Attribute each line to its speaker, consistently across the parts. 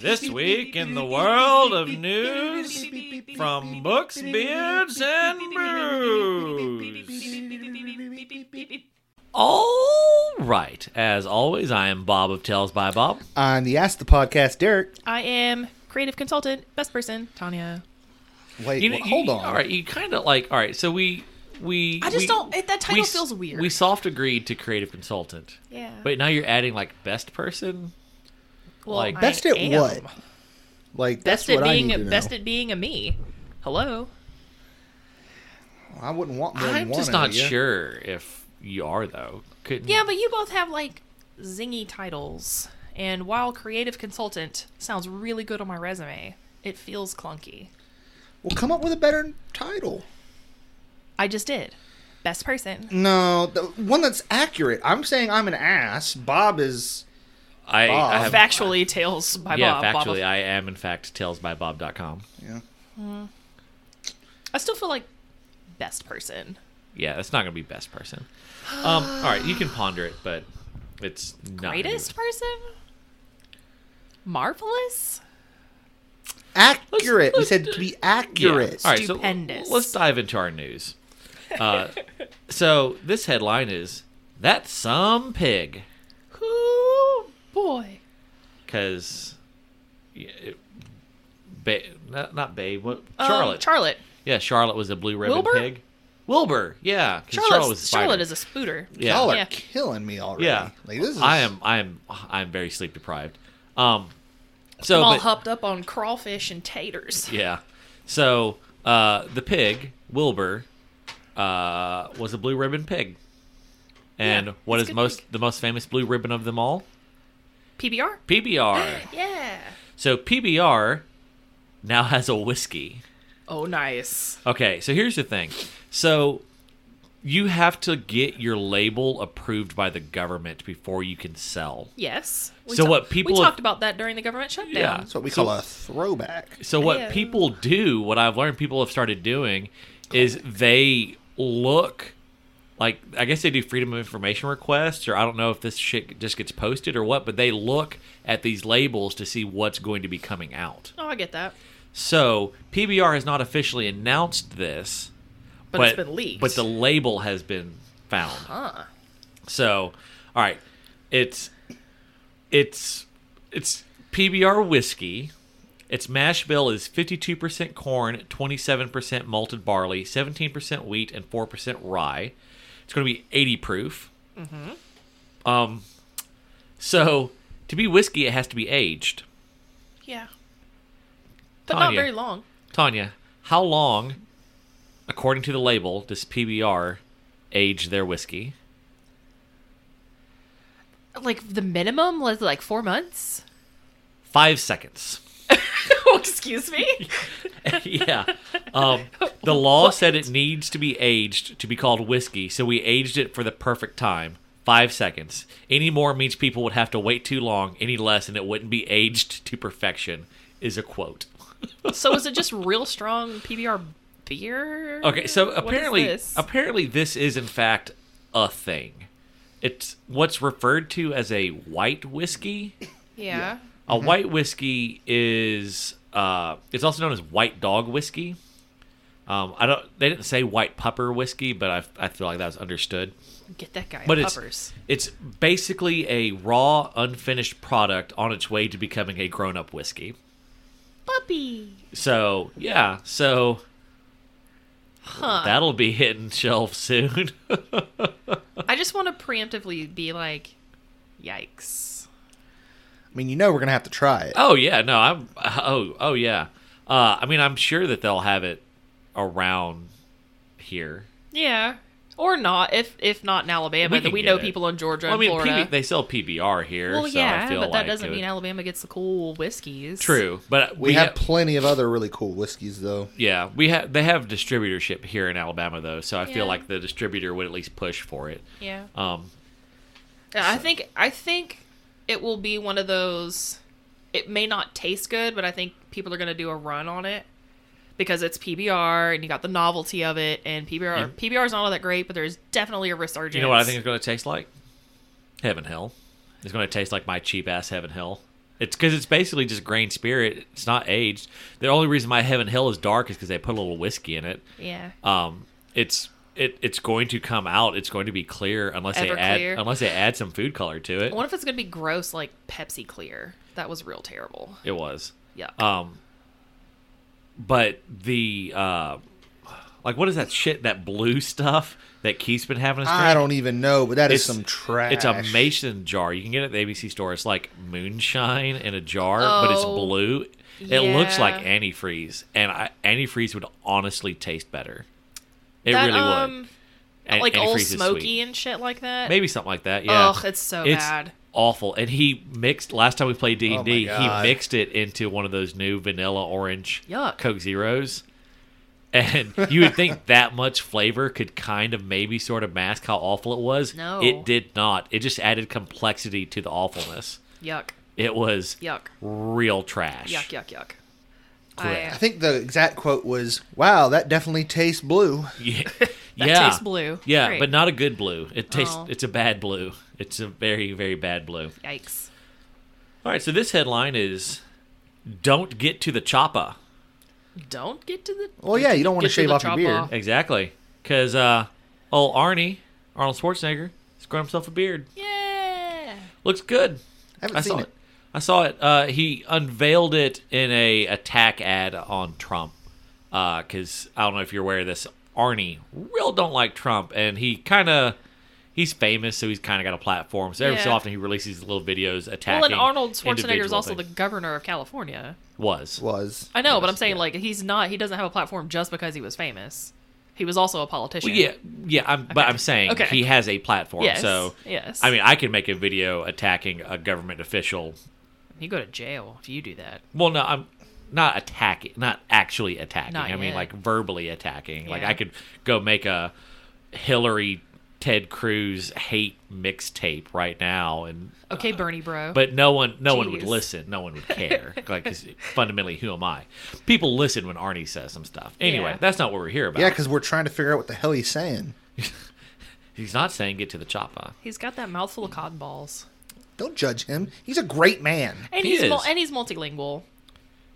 Speaker 1: This week in the world of news from books, beards, and brews. All right. As always, I am Bob of Tales by Bob.
Speaker 2: On the Ask the Podcast, Derek.
Speaker 3: I am creative consultant, best person, Tanya.
Speaker 2: Wait,
Speaker 1: You know-
Speaker 2: wh- hold
Speaker 1: you-
Speaker 2: on.
Speaker 1: All right, you kind of like. All right, so we we.
Speaker 3: I just
Speaker 1: we-
Speaker 3: don't- it- that title
Speaker 1: s-
Speaker 3: feels weird.
Speaker 1: We soft agreed to creative consultant,
Speaker 3: Yeah.
Speaker 1: but now you're adding like best person.
Speaker 3: well,
Speaker 1: like-
Speaker 3: I
Speaker 2: Best at
Speaker 3: am.
Speaker 2: what? Like that's
Speaker 3: Best
Speaker 2: what
Speaker 3: at being
Speaker 2: I need to know.
Speaker 3: best at being a me. Hello.
Speaker 2: I wouldn't want more than
Speaker 1: I'm
Speaker 2: one.
Speaker 1: just
Speaker 2: out
Speaker 1: not
Speaker 2: of you.
Speaker 1: sure if you are though. Couldn't.
Speaker 3: Yeah, but you both have like zingy titles. And while creative consultant sounds really good on my resume, it feels clunky.
Speaker 2: Well, come up with a better title.
Speaker 3: I just did. Best person.
Speaker 2: No, the one that's accurate. I'm saying I'm an ass. Bob is.
Speaker 1: I, I
Speaker 2: Bob.
Speaker 1: have.
Speaker 3: Factually, Tales by
Speaker 1: yeah,
Speaker 3: Bob. Bob
Speaker 1: factually,
Speaker 3: of-
Speaker 1: I am in fact talesbybob.com.
Speaker 2: Yeah.
Speaker 3: I still feel like best person.
Speaker 1: Yeah, that's not gonna be best person. Um, all right, you can ponder it, but it's not gonna be-
Speaker 3: Greatest person? Marvelous?
Speaker 2: Accurate.
Speaker 1: let's
Speaker 2: we said to be accurate.
Speaker 1: Yeah. All right,
Speaker 3: Stupendous.
Speaker 1: so let's dive into our news. Uh, so this headline is that's some pig
Speaker 3: Ooh, boy.
Speaker 1: because it, ba- not, not Babe, what
Speaker 3: Um,
Speaker 1: Charlotte?
Speaker 3: Charlotte.
Speaker 1: yeah, Charlotte was a blue ribbon
Speaker 3: Wilbur?
Speaker 1: pig. Wilbur, yeah, 'cause
Speaker 3: Charlotte's,
Speaker 1: Charlotte was a spider.
Speaker 3: Charlotte is a spooter.
Speaker 1: yeah.
Speaker 2: Y'all are
Speaker 3: Yeah.
Speaker 2: killing me already.
Speaker 1: yeah.
Speaker 2: Like this is.
Speaker 1: I am I am I am very sleep deprived. Um, so
Speaker 3: I'm all
Speaker 1: but-
Speaker 3: hopped up on crawfish and taters.
Speaker 1: Yeah. So uh, the pig Wilbur uh, was a blue ribbon pig, and
Speaker 3: Yeah,
Speaker 1: what
Speaker 3: it's
Speaker 1: is
Speaker 3: good
Speaker 1: most
Speaker 3: pig.
Speaker 1: the most famous blue ribbon of them all?
Speaker 3: PBR?
Speaker 1: PBR.
Speaker 3: Yeah.
Speaker 1: so PBR now has a whiskey.
Speaker 3: Oh, nice.
Speaker 1: Okay, so here's the thing. So you have to get your label approved by the government before you can sell.
Speaker 3: Yes.
Speaker 1: So
Speaker 3: ta-
Speaker 1: what people
Speaker 3: we
Speaker 1: have-
Speaker 3: talked about that during the government shutdown.
Speaker 2: That's what we
Speaker 1: So-
Speaker 2: call a throwback.
Speaker 1: So what
Speaker 3: Yeah.
Speaker 1: people do, what I've learned people have started doing is they look like I guess they do freedom of information requests or I don't know if this shit just gets posted or what, but they look at these labels to see what's going to be coming out.
Speaker 3: Oh, I get that.
Speaker 1: So PBR has not officially announced this,
Speaker 3: But it's been leaked. Uh,
Speaker 1: But the label has been found.
Speaker 3: Huh.
Speaker 1: So, all right, it's it's it's PBR whiskey. Its mash bill is 52% corn, 27% malted barley, 17% wheat, and 4% rye. It's going to be 80 proof. Mm-hmm. Um, so to be whiskey, it has to be aged.
Speaker 3: Yeah. But not
Speaker 1: Tanya.
Speaker 3: very long.
Speaker 1: Tanya, how long, according to the label, does PBR age their whiskey?
Speaker 3: Like the minimum was like four months.
Speaker 1: Five seconds.
Speaker 3: oh, excuse me.
Speaker 1: yeah. Um, the law said it needs to be aged to be called whiskey, so we aged it for the perfect time. Five seconds. Any more means people would have to wait too long. Any less, and it wouldn't be aged to perfection, is a quote.
Speaker 3: so was it just real strong PBR beer?
Speaker 1: Okay, so
Speaker 3: What is
Speaker 1: apparently,
Speaker 3: this?
Speaker 1: apparently, this is in fact a thing. It's what's referred to as a white whiskey.
Speaker 3: yeah.
Speaker 1: A white whiskey is uh, it's also known as white dog whiskey. Um, I don't. They didn't say white pupper whiskey, but I, I feel like that was understood.
Speaker 3: Get that guy.
Speaker 1: But
Speaker 3: a
Speaker 1: it's
Speaker 3: puppers.
Speaker 1: it's basically a raw, unfinished product on its way to becoming a grown-up whiskey.
Speaker 3: puppy.
Speaker 1: So yeah, so
Speaker 3: Huh.
Speaker 1: that'll be hitting shelves soon.
Speaker 3: I just want to preemptively be like, yikes.
Speaker 2: I mean, you know, we're gonna have to try it.
Speaker 1: oh yeah, no, I'm. Oh oh yeah. Uh, I mean, I'm sure that they'll have it around here.
Speaker 3: Yeah. Or not, if if not in Alabama,
Speaker 1: We
Speaker 3: then
Speaker 1: can
Speaker 3: we
Speaker 1: get
Speaker 3: know
Speaker 1: it.
Speaker 3: people in Georgia
Speaker 1: Well, I
Speaker 3: and
Speaker 1: mean,
Speaker 3: Florida.
Speaker 1: PB, they sell PBR here.
Speaker 3: well,
Speaker 1: so
Speaker 3: yeah,
Speaker 1: I feel
Speaker 3: but
Speaker 1: like
Speaker 3: that doesn't
Speaker 1: it
Speaker 3: mean
Speaker 1: would-
Speaker 3: Alabama gets the cool whiskeys.
Speaker 1: true. But
Speaker 2: we, have
Speaker 1: ha-
Speaker 2: plenty of other really cool whiskeys, though.
Speaker 1: yeah, we have they have distributorship here in Alabama though, so I
Speaker 3: Yeah.
Speaker 1: feel like the distributor would at least push for it.
Speaker 3: Yeah.
Speaker 1: Um,
Speaker 3: Yeah, I think I think it will be one of those. It may not taste good, but I think people are going to do a run on it because it's PBR and you got the novelty of it. And PBR
Speaker 1: And-
Speaker 3: PBR is not all that great, but there's definitely a resurgence.
Speaker 1: you know what I think it's going to taste like? Heaven hell. It's going to taste like my cheap ass Heaven Hill. It's because it's basically just grain spirit. It's not aged. The only reason my Heaven Hill is dark is because they put a little whiskey in it.
Speaker 3: Yeah.
Speaker 1: Um, it's it it's going to come out. It's going to be clear unless they add
Speaker 3: Everclear.
Speaker 1: unless they add some food color to it.
Speaker 3: I wonder if it's gonna be gross like Pepsi Clear. That was real terrible.
Speaker 1: It was.
Speaker 3: Yuck.
Speaker 1: Um, but the uh, like what is that shit? That blue stuff that Keith's been having. us
Speaker 2: I
Speaker 1: drink?
Speaker 2: don't even know, but that is
Speaker 1: It's-
Speaker 2: some trash.
Speaker 1: It's a mason jar. You can get it at the ABC store. It's like moonshine in a jar, but it's
Speaker 3: Oh,
Speaker 1: blue. It looks like
Speaker 3: yeah.
Speaker 1: antifreeze, and I, antifreeze would honestly taste better. It
Speaker 3: that,
Speaker 1: really
Speaker 3: um,
Speaker 1: would. An-
Speaker 3: Like
Speaker 1: antifreeze
Speaker 3: old
Speaker 1: is sweet.
Speaker 3: smoky and shit like that.
Speaker 1: maybe something like that. Yeah.
Speaker 3: Ugh, it's so
Speaker 1: it's
Speaker 3: bad.
Speaker 1: Awful. And he mixed last time we played D
Speaker 2: Oh
Speaker 1: and
Speaker 2: my
Speaker 1: D. He
Speaker 2: God.
Speaker 1: mixed it into one of those new vanilla orange
Speaker 3: Yuck.
Speaker 1: Coke Zeros. And you would think that much flavor could kind of maybe sort of mask how awful it was.
Speaker 3: No.
Speaker 1: It did not. It just added complexity to the awfulness.
Speaker 3: Yuck.
Speaker 1: It was
Speaker 3: Yuck.
Speaker 1: real trash.
Speaker 3: Yuck. Yuck. Yuck.
Speaker 1: Correct.
Speaker 2: I think the exact quote was, "Wow, that definitely tastes blue."
Speaker 1: Yeah.
Speaker 3: That
Speaker 1: yeah.
Speaker 3: tastes blue.
Speaker 1: Yeah,
Speaker 3: Great.
Speaker 1: but not a good blue. It tastes
Speaker 3: Oh.
Speaker 1: it's a bad blue. It's a very, very bad blue.
Speaker 3: Yikes.
Speaker 1: All right, so this headline is Don't Get to the Choppa.
Speaker 3: Don't get to the.
Speaker 2: Well, yeah, you don't want to
Speaker 3: Get
Speaker 2: shave
Speaker 3: the
Speaker 2: off your
Speaker 3: chop
Speaker 2: beard.
Speaker 3: off.
Speaker 1: Exactly. Because uh, old Arnie, Arnold Schwarzenegger, has grown himself a beard.
Speaker 3: Yeah.
Speaker 1: Looks good.
Speaker 2: I haven't
Speaker 1: I
Speaker 2: seen
Speaker 1: saw
Speaker 2: it.
Speaker 1: it. I saw it. Uh, he unveiled it in a attack ad on Trump. Because I don't know if you're aware of this, Arnie real don't like Trump, and he kind of he's famous, so he's kind of got a platform. So every so
Speaker 3: Yeah.
Speaker 1: often he releases little videos attacking.
Speaker 3: Well, and Arnold Schwarzenegger is
Speaker 1: individual
Speaker 3: also the
Speaker 1: things.
Speaker 3: governor of California.
Speaker 1: was
Speaker 2: Was
Speaker 3: I know, but
Speaker 1: Yes,
Speaker 3: I'm saying
Speaker 1: yeah.
Speaker 3: like he's not. He doesn't have a platform just because he was famous. He was also a politician.
Speaker 1: Well, yeah, yeah. I'm, But
Speaker 3: Okay.
Speaker 1: I'm saying
Speaker 3: Okay.
Speaker 1: he has a platform.
Speaker 3: Yes.
Speaker 1: So
Speaker 3: yes.
Speaker 1: I mean, I can make a video attacking a government official.
Speaker 3: you go to jail if you do that.
Speaker 1: Well, no, I'm not attacking, not actually attacking.
Speaker 3: Not
Speaker 1: I mean,
Speaker 3: yet.
Speaker 1: like verbally attacking. Like
Speaker 3: Yeah.
Speaker 1: I could go make a Hillary, Ted Cruz hate mixtape right now, and
Speaker 3: Okay, Bernie, bro.
Speaker 1: uh, but no one, no one would
Speaker 3: Jeez.
Speaker 1: listen. No one would care. like 'cause fundamentally, who am I? People listen when Arnie says some stuff. Anyway,
Speaker 3: Yeah.
Speaker 1: that's not what we're here about.
Speaker 2: yeah, because we're trying to figure out what the hell he's saying.
Speaker 1: he's not saying get to the choppa.
Speaker 3: he's got that mouthful of cotton balls,
Speaker 2: Don't judge him. He's a great man.
Speaker 3: and
Speaker 1: He
Speaker 3: he's mul-
Speaker 1: is.
Speaker 3: and he's multilingual.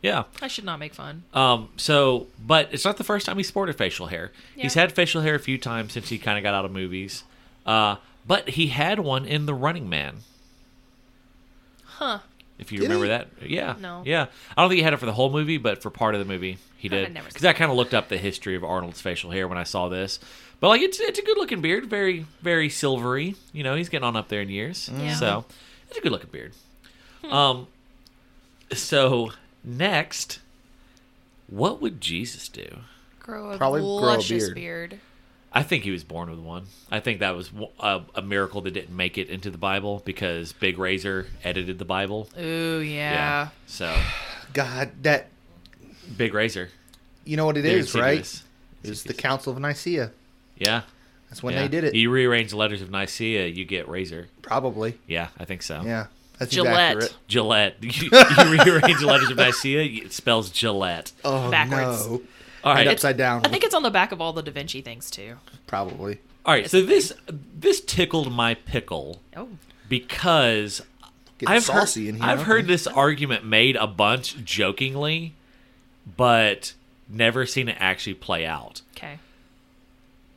Speaker 1: Yeah.
Speaker 3: I should not make fun.
Speaker 1: Um, so, but it's not the first time he's sported facial hair. He's
Speaker 3: Yeah.
Speaker 1: had facial hair a few times since he kind of got out of movies. Uh, but he had one in The Running Man.
Speaker 3: Huh?
Speaker 1: If you
Speaker 2: Did
Speaker 1: remember
Speaker 2: he?
Speaker 1: that, yeah,
Speaker 3: No.
Speaker 1: yeah. I don't think he had it for the whole movie, but for part of the movie, he
Speaker 3: I've
Speaker 1: did.
Speaker 3: never
Speaker 1: Because
Speaker 3: seen
Speaker 1: I kind of looked up the history of Arnold's facial hair when I saw this. But like, it's it's a good looking beard, very very silvery. You know, he's getting on up there in years,
Speaker 3: Yeah. Hmm.
Speaker 1: so it's a good looking beard. Um, so next, what would Jesus do?
Speaker 3: Grow a
Speaker 2: Probably grow a
Speaker 3: luscious
Speaker 2: beard.
Speaker 1: I think he was born with one. I think that was w- a, a miracle that didn't make it into the Bible because Big Razor edited the Bible.
Speaker 3: Ooh yeah.
Speaker 1: So
Speaker 2: God, that
Speaker 1: Big Razor.
Speaker 2: you know what it
Speaker 1: They're
Speaker 2: is, right?
Speaker 1: insidious.
Speaker 2: It's the
Speaker 1: Insidious.
Speaker 2: Council of Nicaea.
Speaker 1: Yeah.
Speaker 2: That's when
Speaker 1: yeah.
Speaker 2: they did it.
Speaker 1: You rearrange the letters of Nicaea, you get Razor.
Speaker 2: Probably.
Speaker 1: Yeah, I think so.
Speaker 2: Yeah. That's
Speaker 3: Gillette.
Speaker 2: Accurate.
Speaker 1: Gillette. You, you rearrange the letters of Nicaea, it spells Gillette.
Speaker 2: Oh
Speaker 3: Backwards.
Speaker 2: no.
Speaker 1: All right.
Speaker 2: And upside down.
Speaker 3: I think it's on the back of all the Da Vinci things too.
Speaker 2: probably.
Speaker 1: All right. So this this tickled my pickle
Speaker 3: Oh,
Speaker 1: because
Speaker 2: Getting
Speaker 1: I've
Speaker 2: saucy
Speaker 1: heard,
Speaker 2: in here.
Speaker 1: I've
Speaker 2: aren't
Speaker 1: heard
Speaker 2: we?
Speaker 1: this argument made a bunch jokingly, but never seen it actually play out.
Speaker 3: okay.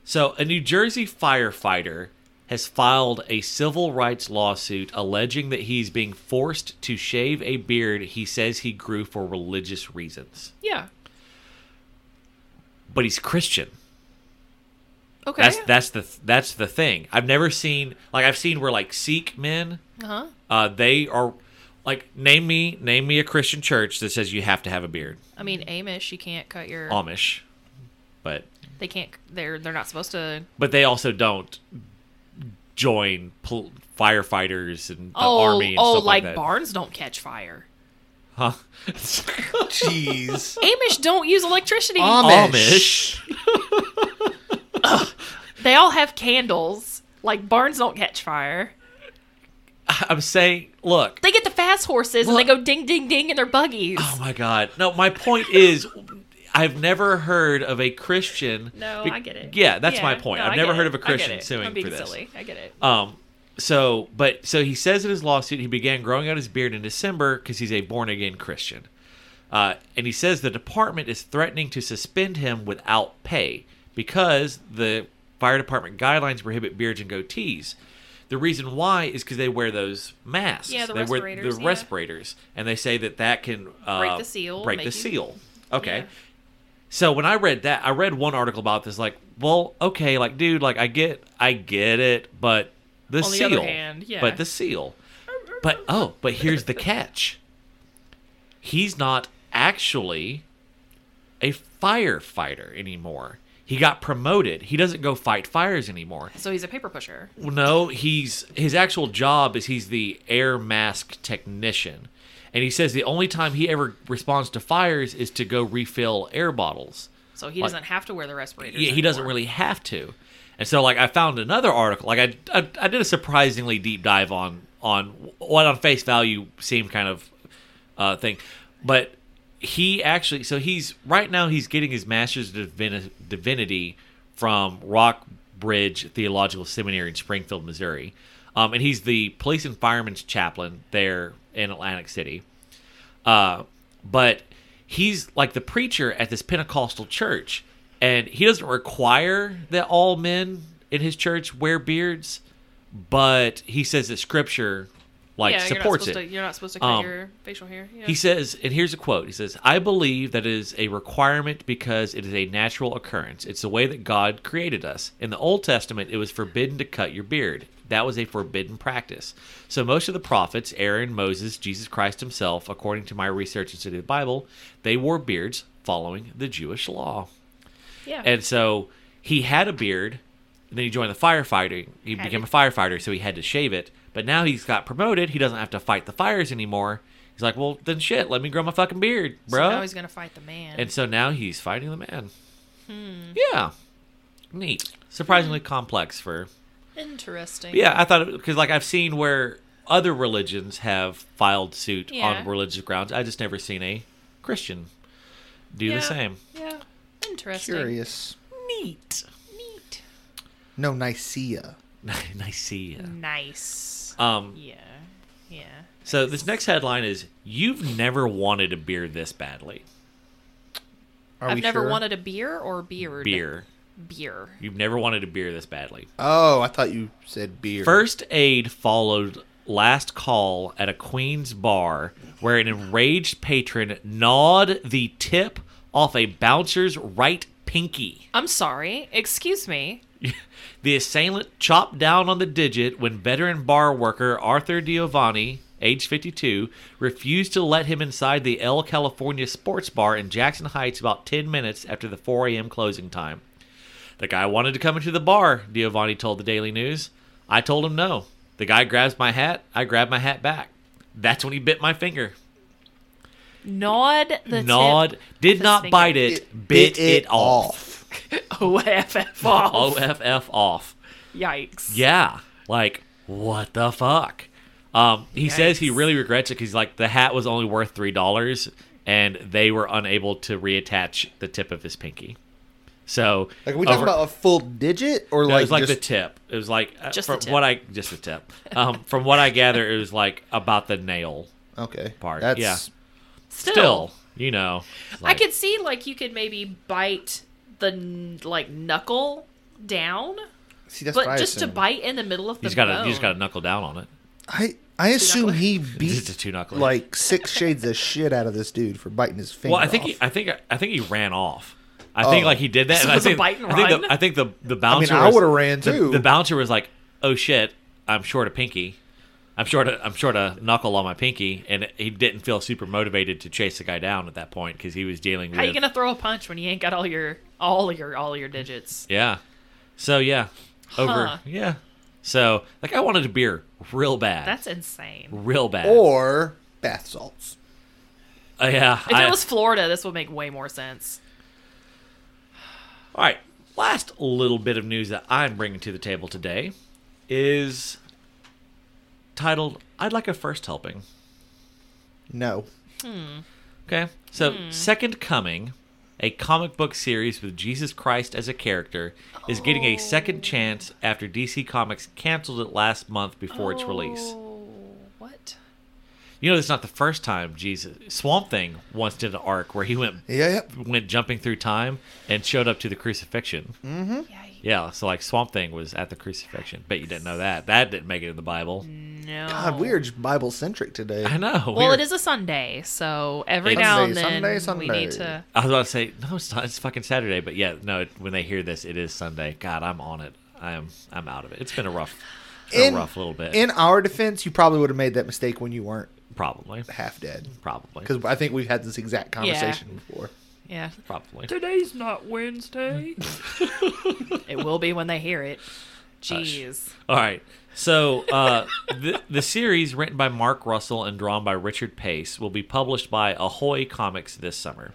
Speaker 1: So, a New Jersey firefighter has filed a civil rights lawsuit alleging that he's being forced to shave a beard he says he grew for religious reasons.
Speaker 3: Yeah.
Speaker 1: But he's Christian.
Speaker 3: Okay.
Speaker 1: That's that's the that's the thing. I've never seen like I've seen where like Sikh men
Speaker 3: huh?
Speaker 1: uh, they are like name me name me a Christian church that says you have to have a beard.
Speaker 3: I mean, Amish, you can't cut your.
Speaker 1: Amish, but
Speaker 3: They can't. They're they're not supposed to.
Speaker 1: but they also don't join pol- firefighters and the
Speaker 3: Oh,
Speaker 1: army and
Speaker 3: oh,
Speaker 1: stuff like,
Speaker 3: like,
Speaker 1: that.
Speaker 3: barns don't catch fire.
Speaker 1: huh?
Speaker 2: Jeez.
Speaker 3: Amish don't use electricity.
Speaker 1: Um,
Speaker 2: Amish.
Speaker 3: they all have candles. Like barns don't catch fire.
Speaker 1: I'm saying, look.
Speaker 3: They get the fast horses and they go ding ding ding in their buggies.
Speaker 1: Oh my God. No, my point is, I've never heard of a Christian.
Speaker 3: no,
Speaker 1: Be-
Speaker 3: I get it.
Speaker 1: Yeah, that's
Speaker 3: Yeah,
Speaker 1: my point.
Speaker 3: no,
Speaker 1: I've
Speaker 3: I
Speaker 1: never
Speaker 3: get
Speaker 1: heard of
Speaker 3: it.
Speaker 1: a
Speaker 3: I get
Speaker 1: Christian
Speaker 3: it.
Speaker 1: suing
Speaker 3: I'm being
Speaker 1: for this.
Speaker 3: silly. I get it.
Speaker 1: Um, So, but so he says in his lawsuit he began growing out his beard in December because he's a born again Christian. Uh, and he says the department is threatening to suspend him without pay because the fire department guidelines prohibit beards and goatees. The reason why is because they wear those masks.
Speaker 3: Yeah, the
Speaker 1: they wear
Speaker 3: respirators,
Speaker 1: the
Speaker 3: yeah.
Speaker 1: respirators, and they say that that can uh,
Speaker 3: Break the seal,
Speaker 1: Break
Speaker 3: make
Speaker 1: the
Speaker 3: you-
Speaker 1: seal. Okay.
Speaker 3: Yeah.
Speaker 1: So when I read that, I read one article about this. Like, well, okay, like, dude, like, I get, I get it, but the
Speaker 3: On the
Speaker 1: seal,
Speaker 3: other hand, yeah.
Speaker 1: but the seal, but oh, but here's the catch. He's not actually a firefighter anymore. He got promoted. He doesn't go fight fires anymore.
Speaker 3: So he's a paper pusher.
Speaker 1: Well, No, he's his actual job is he's the air mask technician, and he says the only time he ever responds to fires is to go refill air bottles.
Speaker 3: So he
Speaker 1: Like-
Speaker 3: doesn't have to wear the respirator.
Speaker 1: Yeah, he doesn't really have to. And so, like, I found another article. Like, I, I I did a surprisingly deep dive on on what on face value seemed kind of uh, thing, but he actually so he's right now he's getting his master's divini- divinity from Rockbridge Theological Seminary in Springfield, Missouri, um, and he's the police and firemen's chaplain there in Atlantic City. Uh, but he's like the preacher at this Pentecostal church, and he doesn't require that all men in his church wear beards, but he says that scripture like
Speaker 3: yeah,
Speaker 1: supports it.
Speaker 3: you're not supposed To, you're not supposed to cut
Speaker 1: Um,
Speaker 3: your facial hair. Yeah.
Speaker 1: He says, and here's a quote. He says, "I believe that it is a requirement because it is a natural occurrence. It's the way that God created us. In the Old Testament, it was forbidden to cut your beard. That was a forbidden practice. So most of the prophets, Aaron, Moses, Jesus Christ himself, according to my research into the Bible, they wore beards following the Jewish law.
Speaker 3: yeah.
Speaker 1: And so he had a beard, and then he joined the firefighting. He
Speaker 3: Had
Speaker 1: became
Speaker 3: it.
Speaker 1: a firefighter, so he had to shave it. But now he's got promoted. He doesn't have to fight the fires anymore. He's like, well, then shit, let me grow my fucking beard,
Speaker 3: so
Speaker 1: bro.
Speaker 3: now he's gonna fight the man.
Speaker 1: and so now he's fighting the man.
Speaker 3: Hmm.
Speaker 1: Yeah, neat. Surprisingly complex for.
Speaker 3: Interesting.
Speaker 1: Yeah, I thought because like I've seen where other religions have filed suit
Speaker 3: Yeah.
Speaker 1: on religious grounds. I just never seen a Christian do
Speaker 3: Yeah.
Speaker 1: the same.
Speaker 3: Yeah. Interesting.
Speaker 2: Curious.
Speaker 1: Neat.
Speaker 3: Neat.
Speaker 2: No, Nicaea.
Speaker 1: Nicaea.
Speaker 3: Nice.
Speaker 1: Um,
Speaker 3: yeah. Yeah.
Speaker 1: So this next headline is you've never wanted a beer this badly.
Speaker 2: Are
Speaker 3: I've
Speaker 2: we
Speaker 3: never
Speaker 2: sure?
Speaker 3: wanted a beer or beard.
Speaker 1: Beer.
Speaker 3: Beer.
Speaker 1: You've never wanted a beer this badly.
Speaker 2: Oh, I thought you said beer.
Speaker 1: First aid followed last call at a Queens bar where an enraged patron gnawed the tip off a bouncer's right pinky.
Speaker 3: I'm sorry. Excuse me.
Speaker 1: The assailant chopped down on the digit when veteran bar worker Arthur Giovanni, age 52, refused to let him inside the El California Sports Bar in Jackson Heights about 10 minutes after the 4 a.m. closing time. The guy wanted to come into the bar, Giovanni told the Daily News. I told him no. The guy grabs my hat, I grab my hat back. That's when he bit my finger.
Speaker 3: Nod the
Speaker 1: Gnawed, did
Speaker 3: his
Speaker 1: not
Speaker 3: finger.
Speaker 1: bite it, bit, it, off.
Speaker 3: tip. OFF off.
Speaker 1: OFF off.
Speaker 3: Yikes.
Speaker 1: Yeah. Like, what the fuck? Um, he says he
Speaker 3: Yikes.
Speaker 1: really regrets it because, like, the hat was only worth $3 and they were unable to reattach the tip of his pinky. So,
Speaker 2: Like, are we talking
Speaker 1: over-
Speaker 2: about a full digit or
Speaker 1: no, it
Speaker 2: like,
Speaker 1: was like
Speaker 2: just,
Speaker 1: the tip. It was like, uh,
Speaker 3: Just the
Speaker 1: from
Speaker 3: tip.
Speaker 1: what I, just the tip. Um, from what I gather, it was like about the nail.
Speaker 2: okay
Speaker 1: part,
Speaker 2: That's
Speaker 3: Still.
Speaker 1: Still, you know.
Speaker 3: I could see like you could maybe bite the kn- like knuckle down,
Speaker 2: see that's
Speaker 3: but
Speaker 2: what
Speaker 3: just
Speaker 2: I
Speaker 3: to
Speaker 2: assumed.
Speaker 3: bite in the middle of the
Speaker 1: He's got to,
Speaker 3: bone.
Speaker 1: you just got to knuckle down on it.
Speaker 2: I I assume
Speaker 3: knuckle.
Speaker 2: he
Speaker 1: It's a
Speaker 2: beat
Speaker 1: two knuckle.
Speaker 2: like six shades of shit out of this dude for biting his finger.
Speaker 1: Well, I think
Speaker 2: off.
Speaker 1: he, I think I think he ran off. I think
Speaker 2: Oh.
Speaker 1: like he did that,
Speaker 3: So
Speaker 1: and I
Speaker 3: it was a
Speaker 1: think
Speaker 3: bite and
Speaker 1: I think
Speaker 3: run?
Speaker 1: the, I think the the bouncer.
Speaker 2: I
Speaker 1: was-
Speaker 2: would've ran,
Speaker 1: the-
Speaker 2: too.
Speaker 1: The bouncer was like, "Oh shit, I'm short a pinky. I'm short a I'm short a knuckle on my pinky," and he didn't feel super motivated to chase the guy down at that point because he was dealing with
Speaker 3: How you gonna throw a punch when you ain't got all your all your all your digits?
Speaker 1: yeah. So yeah, over
Speaker 3: Huh.
Speaker 1: yeah. So like I wanted a beer real bad,
Speaker 3: That's insane.
Speaker 1: real bad.
Speaker 2: Oh. or bath salts.
Speaker 1: Uh, yeah.
Speaker 3: If
Speaker 1: I-
Speaker 3: it was Florida, this would make way more sense.
Speaker 1: All right. Last little bit of news that I'm bringing to the table today is titled I'd Like a First Helping.
Speaker 2: No,
Speaker 1: Okay. So, Second Coming a comic book series with Jesus Christ as a character, is getting a second chance after DC Comics canceled it last month before its release.
Speaker 3: Oh, What?
Speaker 1: You know, it's not the first time Jesus Swamp Thing once did an arc where he went
Speaker 2: Yep.
Speaker 1: went jumping through time and showed up to the crucifixion.
Speaker 3: Yeah. you-
Speaker 1: Yeah, so like Swamp Thing was at the crucifixion. Bet you didn't know that. That didn't make it in the Bible.
Speaker 3: No.
Speaker 2: God, we are just Bible centric today.
Speaker 1: I know.
Speaker 3: Mm. Well,
Speaker 1: we're-
Speaker 3: it is a Sunday, so every
Speaker 1: It's-
Speaker 3: now and
Speaker 2: Sunday,
Speaker 3: then
Speaker 2: Sunday,
Speaker 3: we need to.
Speaker 2: Sunday.
Speaker 1: I was about to say no, it's not. It's fucking Saturday, but yeah, no. It, when they hear this, it is Sunday. God, I'm on it. I'm I'm out of it. It's been a rough, it's been a rough little bit.
Speaker 2: In our defense, you probably would have made that mistake when you weren't
Speaker 1: probably,
Speaker 2: half dead.
Speaker 1: probably,
Speaker 2: Because I think we've had this exact conversation before.
Speaker 3: Yeah.
Speaker 1: probably.
Speaker 3: Today's not Wednesday. it will be when they hear it. Jeez.
Speaker 1: All right. So uh, the the series, written by Mark Russell and drawn by Richard Pace, will be published by Ahoy Comics this summer.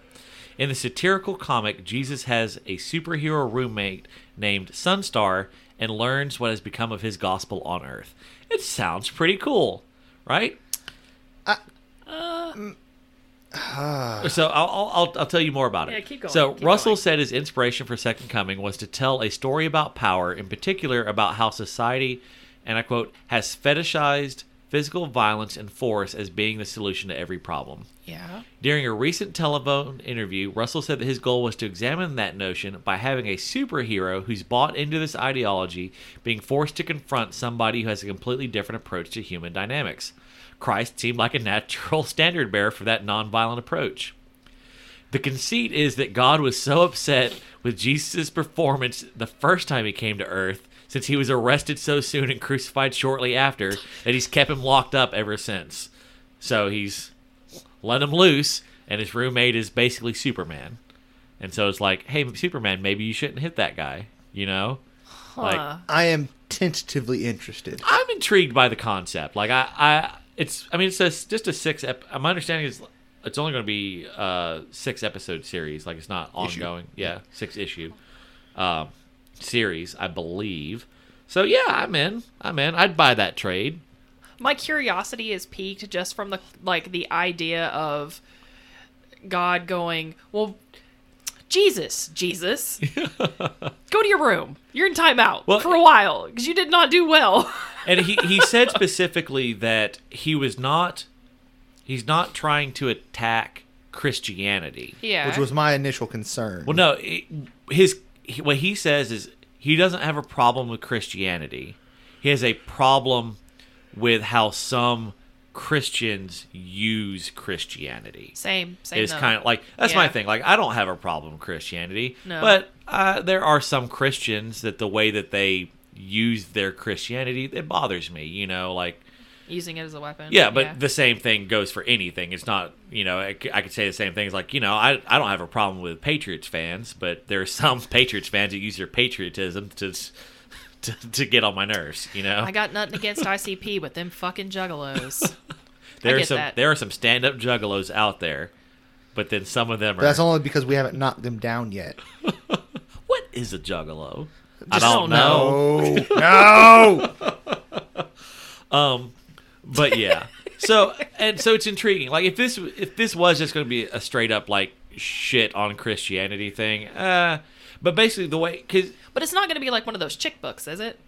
Speaker 1: In the satirical comic, Jesus has a superhero roommate named Sunstar and learns what has become of his gospel on Earth. It sounds pretty cool, right? So I'll, I'll- I'll I'll tell you more about it.
Speaker 3: Yeah, keep going,
Speaker 1: So
Speaker 3: keep
Speaker 1: Russell
Speaker 3: going.
Speaker 1: said his inspiration for Second Coming was to tell a story about power, in particular about how society, and I quote, has fetishized physical violence and force as being the solution to every problem.
Speaker 3: Yeah.
Speaker 1: During a recent telephone interview, Russell said that his goal was to examine that notion by having a superhero who's bought into this ideology being forced to confront somebody who has a completely different approach to human dynamics. Christ seemed like a natural standard bearer for that nonviolent approach. The conceit is that God was so upset with Jesus' performance the first time he came to earth, since he was arrested so soon and crucified shortly after, that he's kept him locked up ever since. So he's let him loose, and his roommate is basically Superman. And so it's like, hey, Superman, maybe you shouldn't hit that guy, you know?
Speaker 3: Huh.
Speaker 2: I am tentatively interested.
Speaker 1: I'm intrigued by the concept. Like I, I it's I mean it's a, just a six. Ep- my understanding is it's only going to be uh six episode series. Like it's not
Speaker 2: Issue.
Speaker 1: ongoing. Yeah, six issue um, series, I believe. So yeah, I'm in. I'm in. I'd buy that trade.
Speaker 3: my curiosity is piqued just from the like the idea of God going, well, Jesus, Jesus, go to your room. You're in timeout
Speaker 1: Well-
Speaker 3: for a while because you did not do well.
Speaker 1: And he he said specifically that he was not he's not trying to attack Christianity.
Speaker 3: yeah,
Speaker 2: Which was my initial concern.
Speaker 1: Well, no, it, his he- what he says is he doesn't have a problem with Christianity. He has a problem with how some Christians use Christianity.
Speaker 3: same, same.
Speaker 1: It's
Speaker 3: though.
Speaker 1: kind of like that's my
Speaker 3: Yeah.
Speaker 1: thing. Like I don't have a problem with Christianity,
Speaker 3: No.
Speaker 1: but uh, there are some Christians that the way that they use their Christianity it bothers me. You know, like
Speaker 3: using it as a weapon.
Speaker 1: yeah, but the same thing goes for anything. It's not, you know, I, c- I could say the same things like, you know, I, I don't have a problem with Patriots fans, but there are some Patriots fans that use their patriotism to s- to, to get on my nerves, you know.
Speaker 3: I got nothing against ICP, but them fucking juggalos.
Speaker 1: there are
Speaker 3: get
Speaker 1: some
Speaker 3: that.
Speaker 1: there are some stand-up juggalos out there, but then some of them are
Speaker 2: But that's only because we haven't knocked them down yet.
Speaker 1: What is a juggalo? I
Speaker 3: Just
Speaker 1: don't
Speaker 3: don't
Speaker 1: know.
Speaker 2: No. no.
Speaker 1: But yeah. So and so it's intriguing. Like if this if this was just going to be a straight up like shit on Christianity thing, uh but basically the way cuz
Speaker 3: but it's not going to be like one of those chick books, is it?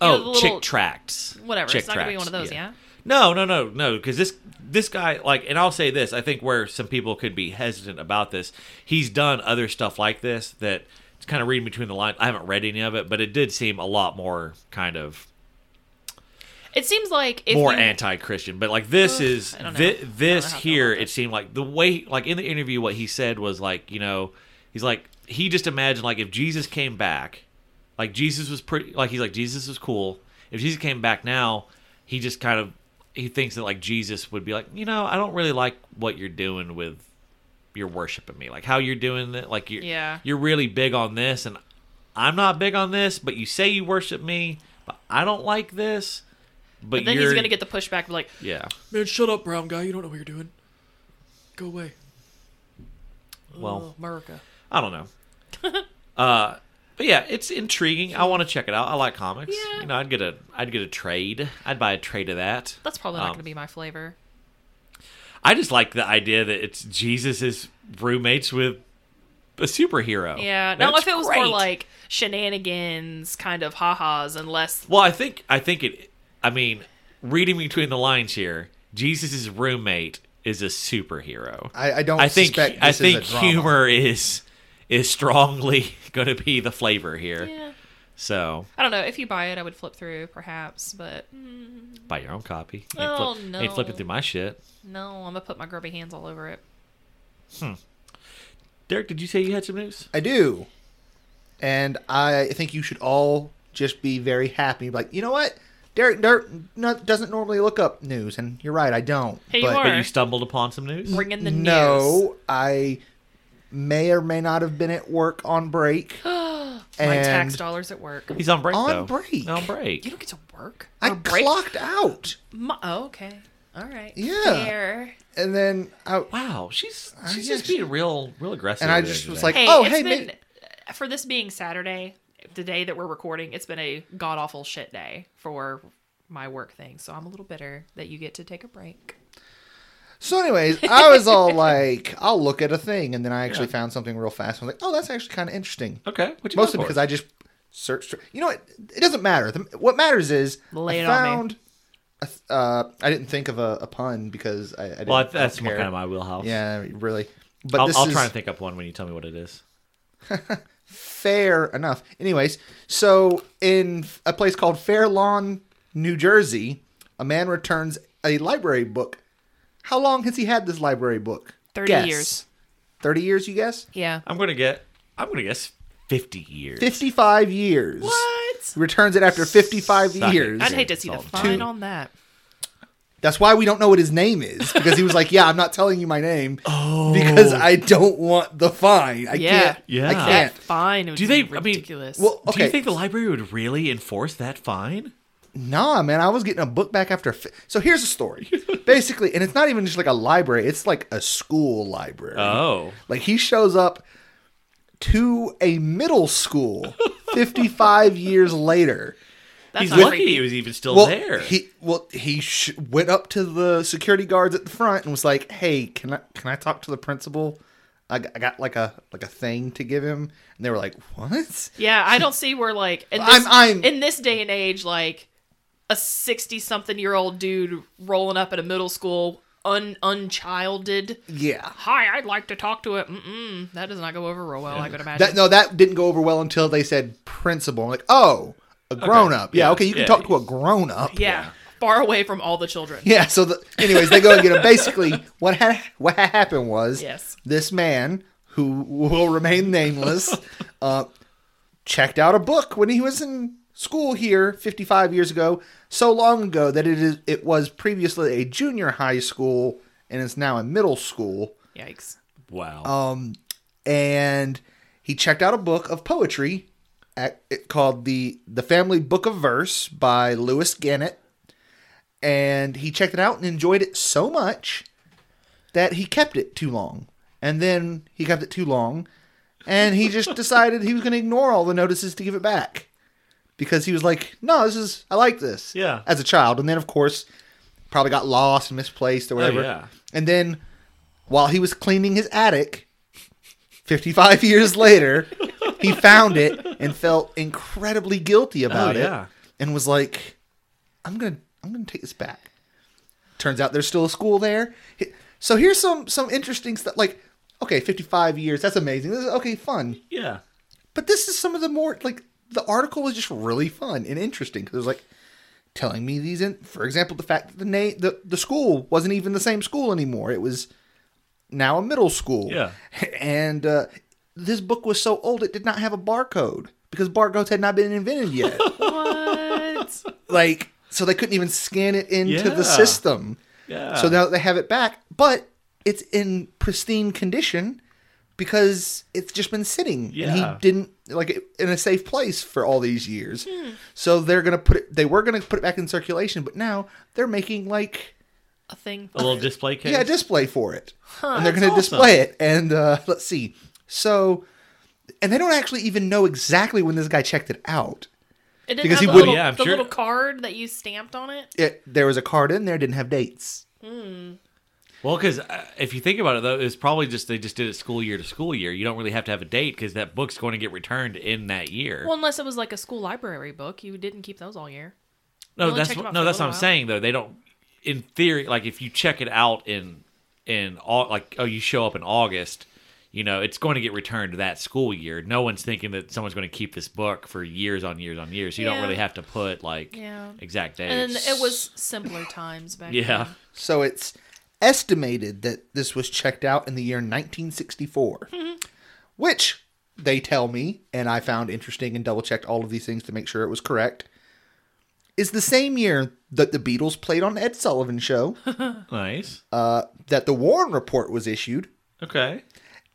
Speaker 3: You know,
Speaker 1: Oh,
Speaker 3: the
Speaker 1: chick
Speaker 3: little-
Speaker 1: tracts.
Speaker 3: Whatever.
Speaker 1: Chick
Speaker 3: it's not going to be
Speaker 1: tracts,
Speaker 3: one of those. Yeah.
Speaker 1: No, no, no, no. Because this this guy, like, and I'll say this: I think where some people could be hesitant about this, he's done other stuff like this that it's kind of reading between the lines. I haven't read any of it, but it did seem a lot more kind of
Speaker 3: It seems like if
Speaker 1: more
Speaker 3: you,
Speaker 1: anti-Christian. But like this is
Speaker 3: I don't know.
Speaker 1: thi-
Speaker 3: I don't know
Speaker 1: this
Speaker 3: how I feel
Speaker 1: here.
Speaker 3: about
Speaker 1: It seemed like the way, like in the interview, what he said was like, you know, he's like he just imagined like if Jesus came back, like Jesus was pretty, like he's like Jesus was cool. If Jesus came back now, he just kind of he thinks that like Jesus would be like, you know, I don't really like what you're doing with your worship of me, like how you're doing that, like you're
Speaker 3: Yeah.
Speaker 1: you're really big on this, and I'm not big on this, but you say you worship me, but I don't like this. But,
Speaker 3: But then
Speaker 1: you're,
Speaker 3: he's going to get the pushback like,
Speaker 1: yeah.
Speaker 4: Man, shut up, brown guy. You don't know what you're doing. Go away. Oh,
Speaker 1: Well,
Speaker 4: America.
Speaker 1: I don't know. uh, but yeah, it's intriguing. I want to check it out. I like comics.
Speaker 3: Yeah.
Speaker 1: You know, I'd get a I'd get a trade. I'd buy a trade of that.
Speaker 3: that's probably not
Speaker 1: Um,
Speaker 3: going to be my flavor.
Speaker 1: I just like the idea that it's Jesus' roommates with a
Speaker 2: Oh,
Speaker 1: superhero.
Speaker 3: Yeah.
Speaker 1: That's
Speaker 3: Now, if it was more
Speaker 1: great.
Speaker 3: like shenanigans, kind of ha-has, and less.
Speaker 1: Well, I think I think it. I mean, reading between the lines here, Jesus' roommate is a superhero.
Speaker 2: I, I don't
Speaker 1: I think
Speaker 2: suspect
Speaker 1: I
Speaker 2: this
Speaker 1: think
Speaker 2: is a drama.
Speaker 1: humor is is strongly going to be the flavor here.
Speaker 3: Yeah.
Speaker 1: So
Speaker 3: I don't know. If you buy it, I would flip through, perhaps. But
Speaker 1: buy your own copy. Ain't
Speaker 3: Oh,
Speaker 1: flip- ain't flipping
Speaker 3: no.
Speaker 1: through my shit.
Speaker 3: no, I'm going to put my grubby hands all over it.
Speaker 1: Derek, did you say you had some news?
Speaker 2: I do. And I think you should all just be very happy. Like, you know what? Derek Dirk not, doesn't normally look up news, and you're right, I don't.
Speaker 3: Hey,
Speaker 2: but
Speaker 3: you are.
Speaker 1: You stumbled upon some news.
Speaker 3: Bring in the news.
Speaker 2: No, I may or may not have been at work on break.
Speaker 3: My tax
Speaker 2: and-
Speaker 3: dollars at work.
Speaker 1: He's on break.
Speaker 2: On
Speaker 1: though.
Speaker 2: break.
Speaker 1: On
Speaker 3: You
Speaker 1: break.
Speaker 3: don't get to work?
Speaker 2: I
Speaker 3: on break?
Speaker 2: clocked out.
Speaker 3: My- oh, okay. All right.
Speaker 2: Yeah.
Speaker 3: Fair.
Speaker 2: And then I
Speaker 1: Wow, she's
Speaker 2: Uh,
Speaker 1: she's
Speaker 2: yeah,
Speaker 1: just
Speaker 2: she-
Speaker 1: being real real aggressive.
Speaker 2: And I
Speaker 1: over there
Speaker 2: just was
Speaker 1: today.
Speaker 2: like-
Speaker 3: Hey,
Speaker 2: Oh,
Speaker 3: it's
Speaker 2: hey,
Speaker 3: been,
Speaker 2: ma-
Speaker 3: for this being Saturday, the day that we're recording, it's been a god awful shit day for my work thing. So I'm a little bitter that you get to take a break.
Speaker 2: So, anyways, I was all like, I'll look at a thing, and then I actually found something real fast. I was like, oh, that's actually kind of interesting.
Speaker 1: okay, what you
Speaker 2: Mostly
Speaker 1: going for?
Speaker 2: because I just searched. You know what? It doesn't matter. The, what matters is I
Speaker 3: Lay it on me.
Speaker 2: found. a th- uh, I didn't think of a, a pun because I, I didn't.
Speaker 1: well, that's
Speaker 2: don't
Speaker 1: my,
Speaker 2: care.
Speaker 1: kind of my wheelhouse.
Speaker 2: Yeah, really. But
Speaker 1: I'll,
Speaker 2: this
Speaker 1: I'll
Speaker 2: is
Speaker 1: try and think up one when you tell me what it is.
Speaker 2: fair enough. Anyways, so in a place called Fair Lawn, New Jersey, a man returns a library book. How long has he had this library book?
Speaker 3: 30 years.
Speaker 2: Thirty years, you guess?
Speaker 3: Yeah.
Speaker 1: I'm gonna get. I'm gonna guess fifty years.
Speaker 2: 55 years.
Speaker 3: What?
Speaker 2: Returns it after 55
Speaker 1: Suck it.
Speaker 2: years.
Speaker 3: I'd hate to see the
Speaker 1: Solid.
Speaker 3: fine
Speaker 2: Two-
Speaker 3: on that.
Speaker 2: That's why we don't know what his name is because he was like, "Yeah, I'm not telling you my name because I don't want the fine. I
Speaker 3: Yeah.
Speaker 2: can't.
Speaker 1: Oh. Yeah.
Speaker 2: I
Speaker 3: That
Speaker 2: can't."
Speaker 3: fine would
Speaker 1: Do they?
Speaker 3: be ridiculous.
Speaker 1: I mean,
Speaker 2: Well,
Speaker 1: do
Speaker 2: okay.
Speaker 1: you think the library would really enforce that fine?
Speaker 2: Nah, man, I was getting a book back after. Fi- so here's the story, basically, and it's not even just like a library; it's like a school library.
Speaker 1: Oh,
Speaker 2: Like he shows up to a middle school 55 years later.
Speaker 3: That's
Speaker 1: he's
Speaker 3: not
Speaker 1: lucky
Speaker 3: creepy.
Speaker 1: he was even still
Speaker 2: well,
Speaker 1: there.
Speaker 2: He well he sh- went up to the security guards at the front and was like, "Hey, can I can I talk to the principal? I got, I got like a like a thing to give him." And they were like, "What?"
Speaker 3: Yeah, I don't see where like in this,
Speaker 2: I'm- I'm-
Speaker 3: in this day and age, like a sixty-something-year-old dude rolling up at a middle school un unchilded.
Speaker 2: Yeah.
Speaker 3: Hi, I'd like to talk to it. Mm-mm, that does not go over real well. I could imagine.
Speaker 2: That no, that didn't go over well until they said principal. I'm like, "Oh, a grown up. Yeah,
Speaker 1: yeah,
Speaker 2: okay, you can
Speaker 1: yeah.
Speaker 2: talk to a grown up."
Speaker 3: yeah, far away from all the children.
Speaker 2: Yeah, so the, anyways, they go and get him. Basically, what had what had happened was
Speaker 3: Yes.
Speaker 2: this man who will remain nameless uh, checked out a book when he was in school here 55 years ago, so long ago that it is it was previously a junior high school and it's now a middle school.
Speaker 3: Yikes!
Speaker 1: wow.
Speaker 2: Um, and he checked out a book of poetry at, it called the the Family Book of Verse by Lewis Gannett, and he checked it out and enjoyed it so much that he kept it too long, and then he kept it too long, and he just decided he was going to ignore all the notices to give it back because he was like, "No, this is I like this."
Speaker 1: Yeah.
Speaker 2: as a child, and then of course probably got lost and misplaced or whatever.
Speaker 1: Oh, yeah.
Speaker 2: And then while he was cleaning his attic, 55 years later, he found it and felt incredibly guilty about
Speaker 1: Oh, yeah.
Speaker 2: it and was like, I'm going to I'm going to take this back. Turns out there's still a school there. He- So here's some some interesting stuff like okay, 55 years, that's amazing. This is okay, fun.
Speaker 1: yeah.
Speaker 2: But this is some of the more like the article was just really fun and interesting because it was like telling me these in for example the fact that the name the, the school wasn't even the same school anymore it was now a middle school
Speaker 1: Yeah.
Speaker 2: and uh, this book was so old it did not have a barcode because barcodes had not been invented yet
Speaker 3: What?
Speaker 2: like so they couldn't even scan it into
Speaker 1: Yeah.
Speaker 2: the system
Speaker 1: Yeah.
Speaker 2: so now they have it back but it's in pristine condition because it's just been sitting and
Speaker 1: Yeah.
Speaker 2: he didn't like it- in a safe place for all these years so they're gonna put it they were gonna put it back in circulation but now they're making like
Speaker 3: A thing.
Speaker 1: a little display case.
Speaker 2: yeah, a display for it. and they're
Speaker 1: That's
Speaker 2: going to
Speaker 1: awesome.
Speaker 2: display it. And uh, let's see. So, and they don't actually even know exactly when this guy checked it out.
Speaker 3: It didn't
Speaker 2: because
Speaker 3: have
Speaker 2: he
Speaker 3: the
Speaker 2: would-
Speaker 3: little,
Speaker 1: Yeah, I'm
Speaker 3: the
Speaker 1: sure-
Speaker 3: little card that you stamped on it.
Speaker 2: It, there was a card in there, didn't have dates.
Speaker 1: Well, because uh, if you think about it, though, it's probably just they just did it school year to school year. You don't really have to have a date because that book's going to get returned in that year.
Speaker 3: Well, unless it was like a school library book, you didn't keep those all year.
Speaker 1: no,
Speaker 3: only
Speaker 1: that's
Speaker 3: checked
Speaker 1: what,
Speaker 3: them out
Speaker 1: no,
Speaker 3: for a
Speaker 1: that's what
Speaker 3: little
Speaker 1: I'm
Speaker 3: while.
Speaker 1: saying though. They don't, in theory, like if you check it out in in all like oh you show up in August, you know it's going to get returned that school year. No one's thinking that someone's going to keep this book for years on years on years. So you don't
Speaker 3: Yeah.
Speaker 1: really have to put like
Speaker 3: Yeah.
Speaker 1: exact dates.
Speaker 3: And it was simpler times back
Speaker 1: yeah.
Speaker 3: then.
Speaker 2: So it's estimated that this was checked out in the year 1964, which they tell me, and I found interesting and double checked all of these things to make sure it was correct, is the same year that the Beatles played on the Ed Sullivan show,
Speaker 1: Nice.
Speaker 2: uh, that the Warren Report was issued,
Speaker 1: okay.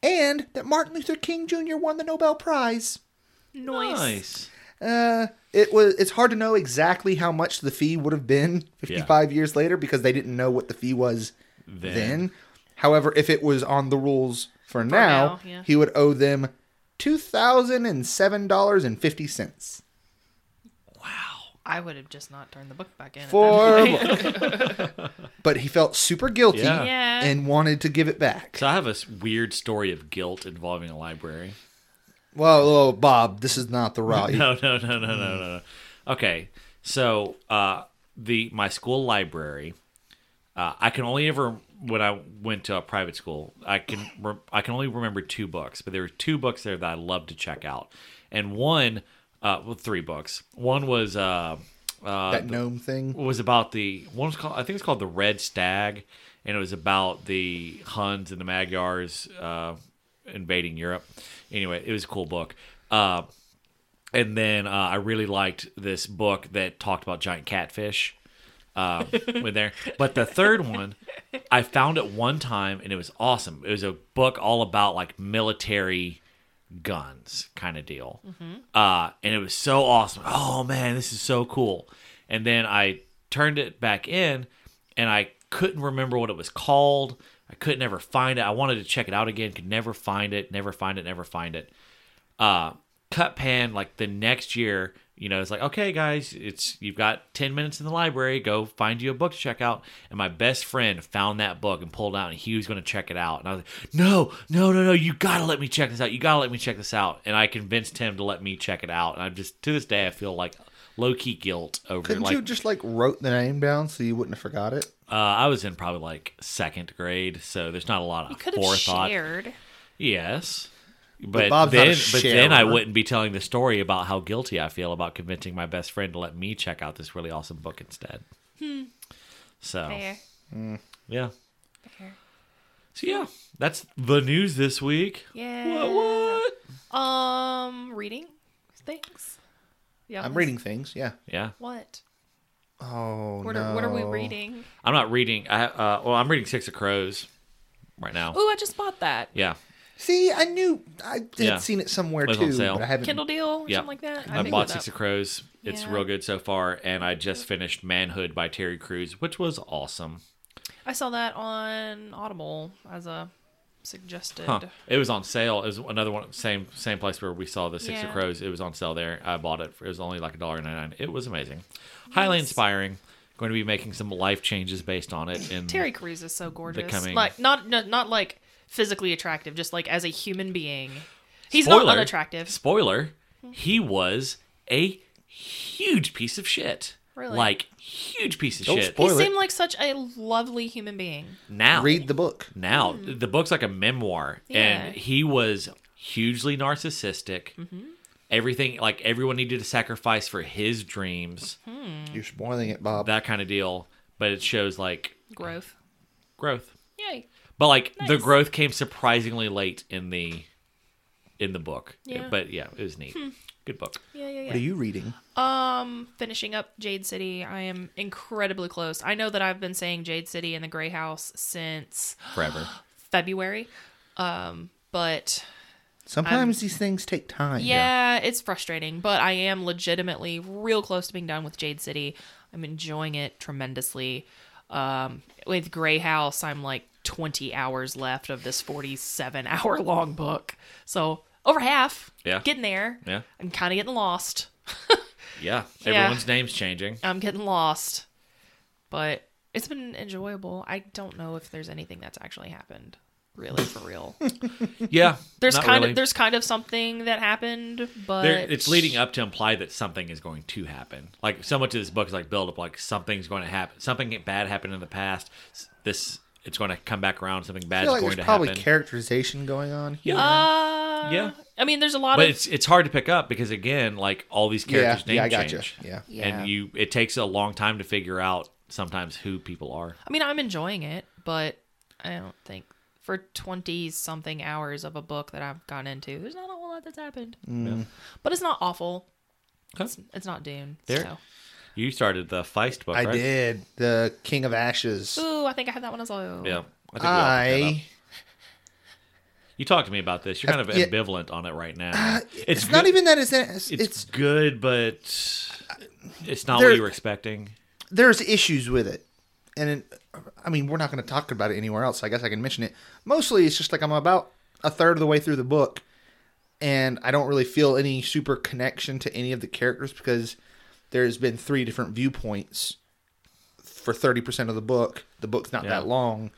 Speaker 2: and that Martin Luther King Jr. won the Nobel Prize.
Speaker 3: Noise.
Speaker 1: Nice.
Speaker 2: Uh, it was. It's hard to know exactly how much the fee would have been 55 years later because they didn't know what the fee was then.
Speaker 1: Then.
Speaker 2: However, if it was on the rules for, now,
Speaker 3: now, yeah.
Speaker 2: he would owe them two thousand and seven dollars and fifty cents
Speaker 3: I would have just not turned the book back in. at
Speaker 2: for.
Speaker 3: that point.
Speaker 2: but he felt super guilty
Speaker 1: Yeah.
Speaker 3: Yeah.
Speaker 2: and wanted to give it back.
Speaker 1: So I have a s- weird story of guilt involving a library.
Speaker 2: well, oh, Bob, this is not the right.
Speaker 1: No, no, no, no, no, no, no. Okay, so uh, the my school library, uh, I can only ever when I went to a private school, I can re- I can only remember two books, but there were two books there that I loved to check out, and one, uh, well, three books. One was uh, uh,
Speaker 2: that gnome thing.
Speaker 1: was about the one was called I think it's called the Red Stag, and it was about the Huns and the Magyars uh, invading Europe. Anyway, it was a cool book. Uh, and then uh, I really liked this book that talked about giant catfish. Uh, with there, but the third one, I found it one time and it was awesome. It was a book all about like military guns kind of deal. Uh, and it was so awesome. Oh man, this is so cool. And then I turned it back in and I couldn't remember what it was called. I couldn't ever find it. I wanted to check it out again, could never find it, never find it, never find it. Uh, cut pan like the next year, you know, it's like, okay, guys, it's you've got 10 minutes in the library, go find you a book to check out. And my best friend found that book and pulled it out and he was going to check it out. And I was like, no, no, no, no, you got to let me check this out. You got to let me check this out. And I convinced him to let me check it out. And I'm just, to this day, I feel like low key guilt over
Speaker 2: Couldn't
Speaker 1: like
Speaker 2: you just like wrote the name down so you wouldn't have forgot it?
Speaker 1: uh, I was in probably like second grade, so there's not a lot
Speaker 3: You
Speaker 1: of
Speaker 3: could have
Speaker 1: forethought.
Speaker 3: shared.
Speaker 1: Yes, but,
Speaker 2: Bob's not a
Speaker 1: then, but then I
Speaker 2: sharer.
Speaker 1: wouldn't be telling the story about how guilty I feel about convincing my best friend to let me check out this really awesome book instead. So
Speaker 3: Hmm. Fair.
Speaker 1: yeah,
Speaker 3: Fair.
Speaker 1: so yeah, that's the news this week.
Speaker 3: Yeah.
Speaker 1: What? what?
Speaker 3: Um, reading things. Yeah.
Speaker 2: I'm reading things. Yeah.
Speaker 1: Yeah,
Speaker 3: What?
Speaker 2: Oh
Speaker 3: What
Speaker 2: no.
Speaker 3: are, what are we reading?
Speaker 1: I'm not reading. I uh, well, I'm reading Six of Crows right now.
Speaker 3: Ooh, I just bought that
Speaker 1: Yeah,
Speaker 2: See, I knew I had
Speaker 1: Yeah.
Speaker 2: seen it somewhere
Speaker 1: It was on
Speaker 2: too,
Speaker 1: sale.
Speaker 2: but I haven't.
Speaker 3: Kindle deal or
Speaker 1: Yeah.
Speaker 3: something like that.
Speaker 1: I,
Speaker 3: picked
Speaker 1: bought
Speaker 3: it up.
Speaker 1: Six of Crows. It's
Speaker 3: Yeah.
Speaker 1: real good so far, and I just finished Manhood by Terry Crews, which was awesome.
Speaker 3: I saw that on Audible as a suggested.
Speaker 1: Huh. It was on sale. It was another one, same same place where we saw the Six of
Speaker 3: Yeah.
Speaker 1: Crows. It was on sale there. I bought it. For, it was only like a dollar ninety nine. It was amazing, highly inspiring. Going to be making some life changes based on it. In
Speaker 3: Terry Crews is so gorgeous.
Speaker 1: Becoming-
Speaker 3: Like not no, not like physically attractive, just like as a human being. He's
Speaker 1: Spoiler-
Speaker 3: not unattractive. Mm-hmm.
Speaker 1: Spoiler: He was a huge piece of shit.
Speaker 3: Really?
Speaker 1: Like huge piece of
Speaker 2: Don't
Speaker 1: shit.
Speaker 2: spoil
Speaker 3: he
Speaker 2: it.
Speaker 3: seemed like such a lovely human being.
Speaker 1: now
Speaker 2: Read the book.
Speaker 1: now the book's like a memoir and
Speaker 3: Hmm. Yeah.
Speaker 1: he was hugely narcissistic
Speaker 3: Mm-hmm.
Speaker 1: everything like everyone needed to sacrifice for his dreams
Speaker 2: You're spoiling it, Bob.
Speaker 1: that kind of deal but it shows like
Speaker 3: Growth.
Speaker 1: growth
Speaker 3: Yay.
Speaker 1: but like the
Speaker 3: Nice.
Speaker 1: growth came surprisingly late in the in the book
Speaker 3: Yeah. Hmm.
Speaker 1: but yeah it was neat good book
Speaker 3: Yeah, yeah, yeah.
Speaker 2: What are you reading?
Speaker 3: Um, finishing up Jade City. I am incredibly close. I know that I've been saying Jade City and the Grey House since
Speaker 1: forever
Speaker 3: February. Um, but
Speaker 2: Sometimes these things take time.
Speaker 3: yeah, it's frustrating, but I am legitimately real close to being done with Jade City. I'm enjoying it tremendously. Um, with Grey House, I'm like 20 hours left of this 47 hour long book. So over half.
Speaker 1: Yeah.
Speaker 3: Getting there.
Speaker 1: Yeah.
Speaker 3: I'm kind of getting lost.
Speaker 1: yeah
Speaker 3: Yeah.
Speaker 1: everyone's name's changing
Speaker 3: I'm getting lost. But It's been enjoyable. I don't know if there's anything that's actually happened, really for real.
Speaker 1: Yeah,
Speaker 3: There's
Speaker 1: not
Speaker 3: kind
Speaker 1: really.
Speaker 3: of there's kind of something that happened, but
Speaker 1: There- it's leading up to imply that something is going to happen. Like so much of this book is like build up, like something's going to happen, something bad happened in the past. s- This it's going to come back around. Something
Speaker 2: I
Speaker 1: bad
Speaker 2: feel
Speaker 1: is
Speaker 2: like
Speaker 1: going
Speaker 2: there's
Speaker 1: to
Speaker 2: probably
Speaker 1: happen.
Speaker 2: characterization going on.
Speaker 1: yeah,
Speaker 3: Uh,
Speaker 1: Yeah.
Speaker 3: I mean, there's a lot
Speaker 1: but
Speaker 3: of
Speaker 1: it's it's hard to pick up because again, like all these characters'
Speaker 2: yeah, I
Speaker 1: names
Speaker 2: gotcha.
Speaker 1: change.
Speaker 2: Yeah.
Speaker 3: Yeah.
Speaker 1: and you it takes a long time to figure out sometimes who people are.
Speaker 3: I mean, I'm enjoying it, but I don't think for 20 something hours of a book that I've gone into, there's not a whole lot that's happened. But it's not awful. It's, it's not Dune.
Speaker 1: There-
Speaker 3: There.
Speaker 1: You started the Feist book,
Speaker 2: I
Speaker 1: right?
Speaker 2: did the King of Ashes.
Speaker 3: So. Ooh, I think I have that one as well.
Speaker 1: Yeah, I. Think we all picked that up.
Speaker 2: I
Speaker 1: You talked to me about this. You're kind of
Speaker 2: Yeah. Uh,
Speaker 1: ambivalent on it right now.
Speaker 2: it's, not
Speaker 1: good-
Speaker 2: even that it's it's,
Speaker 1: It's, good, but it's not
Speaker 2: There-
Speaker 1: what you were expecting.
Speaker 2: there's issues with it, and it, I mean we're not going to talk about it anywhere else. So I guess I can mention it. Mostly, it's just like I'm about a third of the way through the book, and I don't really feel any super connection to any of the characters because there's been three different viewpoints for thirty percent of the book. The book's not
Speaker 1: Yeah.
Speaker 2: that long.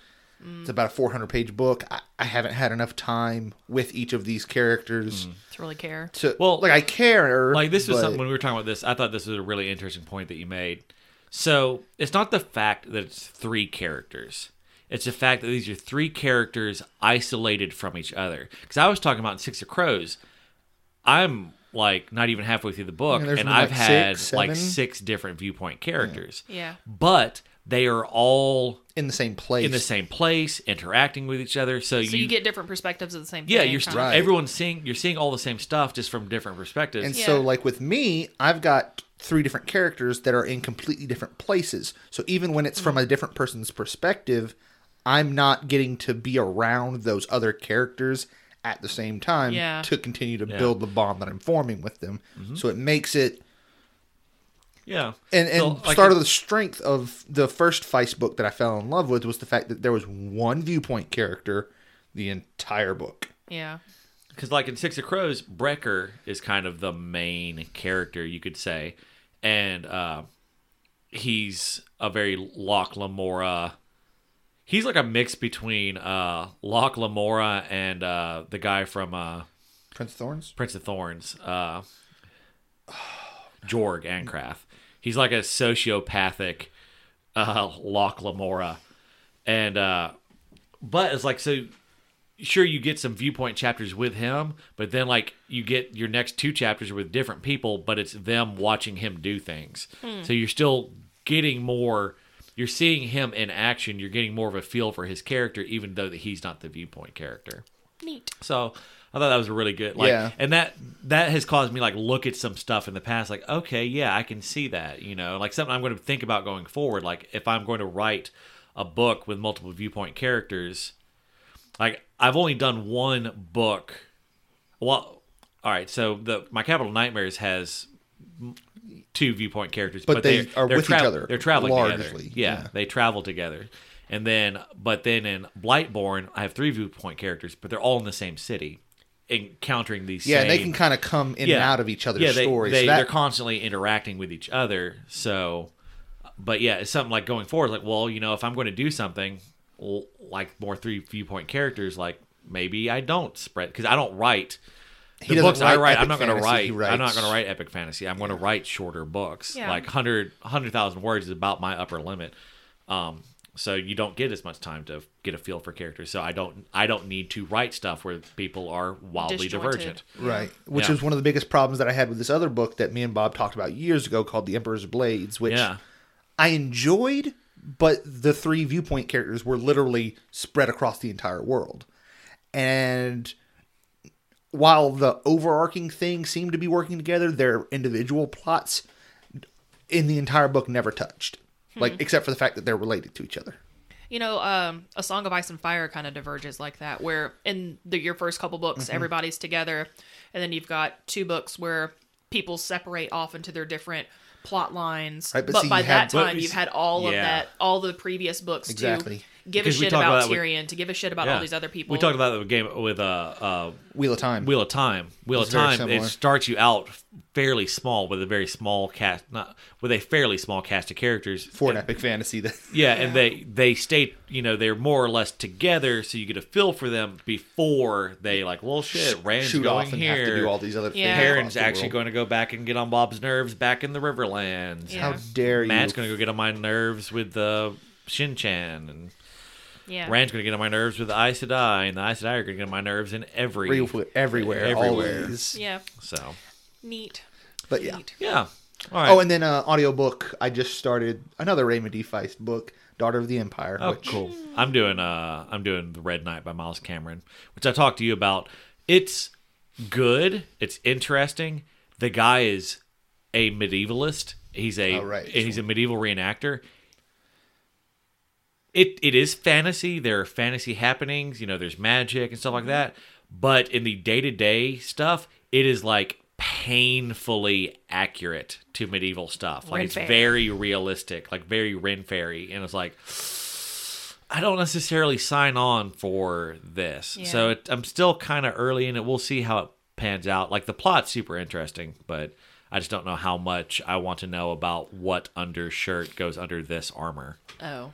Speaker 2: It's about a 400 page book. I, I haven't had enough time with each of these characters
Speaker 3: To really care.
Speaker 2: to
Speaker 1: Mm. Well,
Speaker 2: well, like I care.
Speaker 1: Like this was
Speaker 2: but-
Speaker 1: something when we were talking about this. I thought this was a really interesting point that you made. So it's not the fact that it's three characters. It's the fact that these are three characters isolated from each other. Because I was talking about in Six of Crows, I'm like not even halfway through the book,
Speaker 2: Yeah,
Speaker 1: and
Speaker 2: there's been,
Speaker 1: I've
Speaker 2: like,
Speaker 1: had
Speaker 2: six,
Speaker 1: like
Speaker 2: seven.
Speaker 1: six different viewpoint characters.
Speaker 3: Yeah.
Speaker 1: But they are all
Speaker 2: in the same place.
Speaker 1: in the same place, interacting with each other. So,
Speaker 3: So you get different perspectives of the same
Speaker 1: yeah,
Speaker 3: thing.
Speaker 1: you're
Speaker 3: kind
Speaker 1: st-
Speaker 3: of.
Speaker 2: Right.
Speaker 1: everyone's seeing you're seeing all the same stuff just from different perspectives.
Speaker 2: And
Speaker 3: Yeah.
Speaker 2: so, like with me, I've got three different characters that are in completely different places. So even when it's from a different person's perspective, I'm not getting to be around those other characters at the same time
Speaker 3: Yeah.
Speaker 2: to continue to build the bond that I'm forming with them.
Speaker 1: Mm-hmm.
Speaker 2: So it makes it
Speaker 1: yeah,
Speaker 2: and and
Speaker 1: So, like,
Speaker 2: part of the strength of the first Feist book that I fell in love with was the fact that there was one viewpoint character the entire book.
Speaker 3: Yeah.
Speaker 1: because like in Six of Crows, Brecker is kind of the main character, you could say, and uh, he's a very Locke Lamora. He's like a mix between uh, Locke Lamora and uh, the guy from uh,
Speaker 2: Prince of Thorns.
Speaker 1: Prince of Thorns, uh, Jorg Ancraft. He's like a sociopathic uh, Locke Lamora, and uh, but it's like so. Sure, you get some viewpoint chapters with him, but then like you get your next two chapters with different people, but it's them watching him do things. So you're still getting more. You're seeing him in action. You're getting more of a feel for his character, even though that he's not the viewpoint character.
Speaker 3: Neat.
Speaker 1: So I thought that was really good. Like,
Speaker 2: Yeah.
Speaker 1: and that that has caused me like look at some stuff in the past. Like, okay, yeah, I can see that. You know, like something I'm going to think about going forward. Like, if I'm going to write a book with multiple viewpoint characters, like I've only done one book. Well, all right. So the my Capital Nightmares has m- two viewpoint characters,
Speaker 2: But they
Speaker 1: they're-
Speaker 2: are
Speaker 1: they're
Speaker 2: with each other,
Speaker 1: They're traveling
Speaker 2: largely,
Speaker 1: together. Yeah,
Speaker 2: yeah.
Speaker 1: they travel together. And then, but then in Blightborn, I have three viewpoint characters, but they're all in the same city, encountering these.
Speaker 2: Yeah, and they
Speaker 1: same-
Speaker 2: can kind of come in and
Speaker 1: Yeah.
Speaker 2: out of each other's
Speaker 1: yeah, they,
Speaker 2: stories.
Speaker 1: They,
Speaker 2: So that-
Speaker 1: They're constantly interacting with each other. So, but yeah, it's something like going forward. Like, well, you know, if I'm going to do something l- like more three viewpoint characters, like maybe I don't spread because I don't write. the
Speaker 2: doesn't
Speaker 1: books I
Speaker 2: write
Speaker 1: write,
Speaker 2: epic
Speaker 1: I'm not going to
Speaker 2: fantasy, he
Speaker 1: write. I'm not
Speaker 2: writes-
Speaker 1: going to write epic fantasy. I'm going to write shorter books.
Speaker 3: Yeah.
Speaker 1: Like 100 100,000 words is about my upper limit. Um, so you don't get as much time to get a feel for characters. So I don't I don't need to write stuff where people are wildly
Speaker 3: Disjointed.
Speaker 1: divergent.
Speaker 2: Right. Which
Speaker 1: Yeah.
Speaker 2: was one of the biggest problems that I had with this other book that me and Bob talked about years ago called The Emperor's Blades, which
Speaker 1: Yeah.
Speaker 2: I enjoyed, but the three viewpoint characters were literally spread across the entire world. And while the overarching thing seemed to be working together, their individual plots in the entire book never touched.
Speaker 1: Hmm.
Speaker 2: Like except for the fact that they're related to each other.
Speaker 3: You know, um, A Song of Ice and Fire kind of diverges like that, where in the, your first couple books,
Speaker 2: Mm-hmm.
Speaker 3: everybody's together, and then you've got two books where people separate off into their different plot lines.
Speaker 2: Right, but
Speaker 3: but
Speaker 2: see,
Speaker 3: by
Speaker 2: you had
Speaker 3: that time,
Speaker 1: books-
Speaker 3: you've had all of
Speaker 1: Yeah.
Speaker 3: that, all the previous books
Speaker 2: Exactly.
Speaker 3: to give
Speaker 1: Because
Speaker 3: a
Speaker 1: we
Speaker 3: shit
Speaker 1: talked
Speaker 3: about,
Speaker 1: about that with-
Speaker 3: Tyrion, to give a shit about all
Speaker 1: Yeah.
Speaker 3: these other people.
Speaker 1: We talked about the game with uh, uh,
Speaker 2: Wheel of Time.
Speaker 1: Wheel of Time. Wheel
Speaker 2: It's
Speaker 1: of
Speaker 2: very
Speaker 1: Time.
Speaker 2: similar.
Speaker 1: It starts you out fairly small with a very small cast, not with a fairly small cast of characters.
Speaker 2: for an epic fantasy. That
Speaker 1: Yeah, and they they stay, you know, they're more or less together, so you get a feel for them before they like, well, shit, Rand's
Speaker 2: shoot
Speaker 1: going
Speaker 2: off and
Speaker 1: here.
Speaker 2: have to do all these other
Speaker 3: Yeah.
Speaker 2: things.
Speaker 1: Perrin's actually going to go back and get on Bob's nerves back in the Riverlands.
Speaker 3: Yeah.
Speaker 2: How dare you?
Speaker 1: Matt's going to go get on my nerves with the Shin Chan, and
Speaker 3: yeah.
Speaker 1: Rand's going to get on my nerves with the Aes Sedai, and the Aes Sedai are going to get on my nerves in every
Speaker 2: everywhere, everywhere,
Speaker 1: Everywhere.
Speaker 2: always.
Speaker 3: yeah.
Speaker 1: so
Speaker 3: Neat.
Speaker 2: But yeah.
Speaker 3: Neat.
Speaker 1: yeah. All right.
Speaker 2: Oh, and then uh, audiobook. I just started another Raymond D. Feist book, Daughter of the Empire.
Speaker 1: Oh,
Speaker 2: which
Speaker 1: cool. I'm doing uh I'm doing The Red Knight by Miles Cameron, which I talked to you about. It's good. It's interesting. The guy is a medievalist. He's a
Speaker 2: Oh, right.
Speaker 1: he's a medieval reenactor. It it is fantasy. There are fantasy happenings, you know, there's magic and
Speaker 2: Mm-hmm.
Speaker 1: stuff like that. But in the day-to-day stuff, it is like painfully accurate to medieval stuff. Like
Speaker 3: Ren
Speaker 1: it's
Speaker 3: Faire.
Speaker 1: very realistic, like very Ren Fairy. And it's like I don't necessarily sign on for this.
Speaker 3: Yeah.
Speaker 1: So it, I'm still kind of early in it. We'll see how it pans out. Like the plot's super interesting, but I just don't know how much I want to know about what undershirt goes under this armor
Speaker 3: Oh.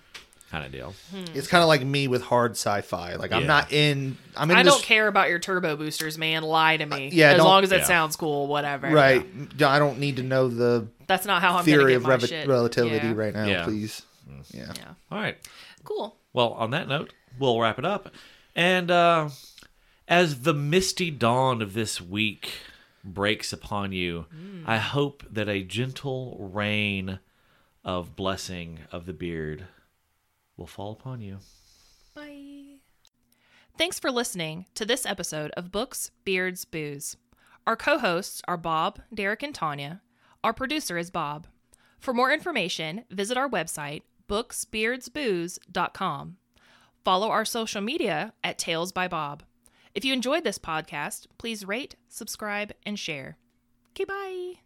Speaker 1: kind of deal.
Speaker 2: it's kind of like me with hard sci-fi. Like I'm
Speaker 1: Yeah.
Speaker 2: not in. I'm in.
Speaker 3: I
Speaker 2: this,
Speaker 3: don't care about your turbo boosters, man. Lie to me.
Speaker 2: yeah,
Speaker 3: as
Speaker 2: don't-
Speaker 3: long as it
Speaker 1: yeah.
Speaker 3: sounds cool, whatever.
Speaker 2: Right. I don't need to know the
Speaker 3: That's not how I'm going to
Speaker 2: theory
Speaker 3: get
Speaker 2: of
Speaker 3: my
Speaker 2: rev-
Speaker 3: shit.
Speaker 2: relativity
Speaker 3: Yeah.
Speaker 2: right now,
Speaker 1: Yeah. Mm.
Speaker 2: please. Yeah.
Speaker 3: Yeah.
Speaker 1: All right.
Speaker 3: Cool.
Speaker 1: Well, on that note, we'll wrap it up. And uh, as the misty dawn of this week breaks upon you, I hope that a gentle rain of blessing of the beard will fall upon you.
Speaker 3: Bye. Thanks for listening to this episode of Books, Beards, Booze. Our co hosts are Bob, Derek, and Tanya. Our producer is Bob. For more information, visit our website, booksbeardsbooze.com. Follow our social media at Tales by Bob. If you enjoyed this podcast, please rate, subscribe, and share. Okay, bye.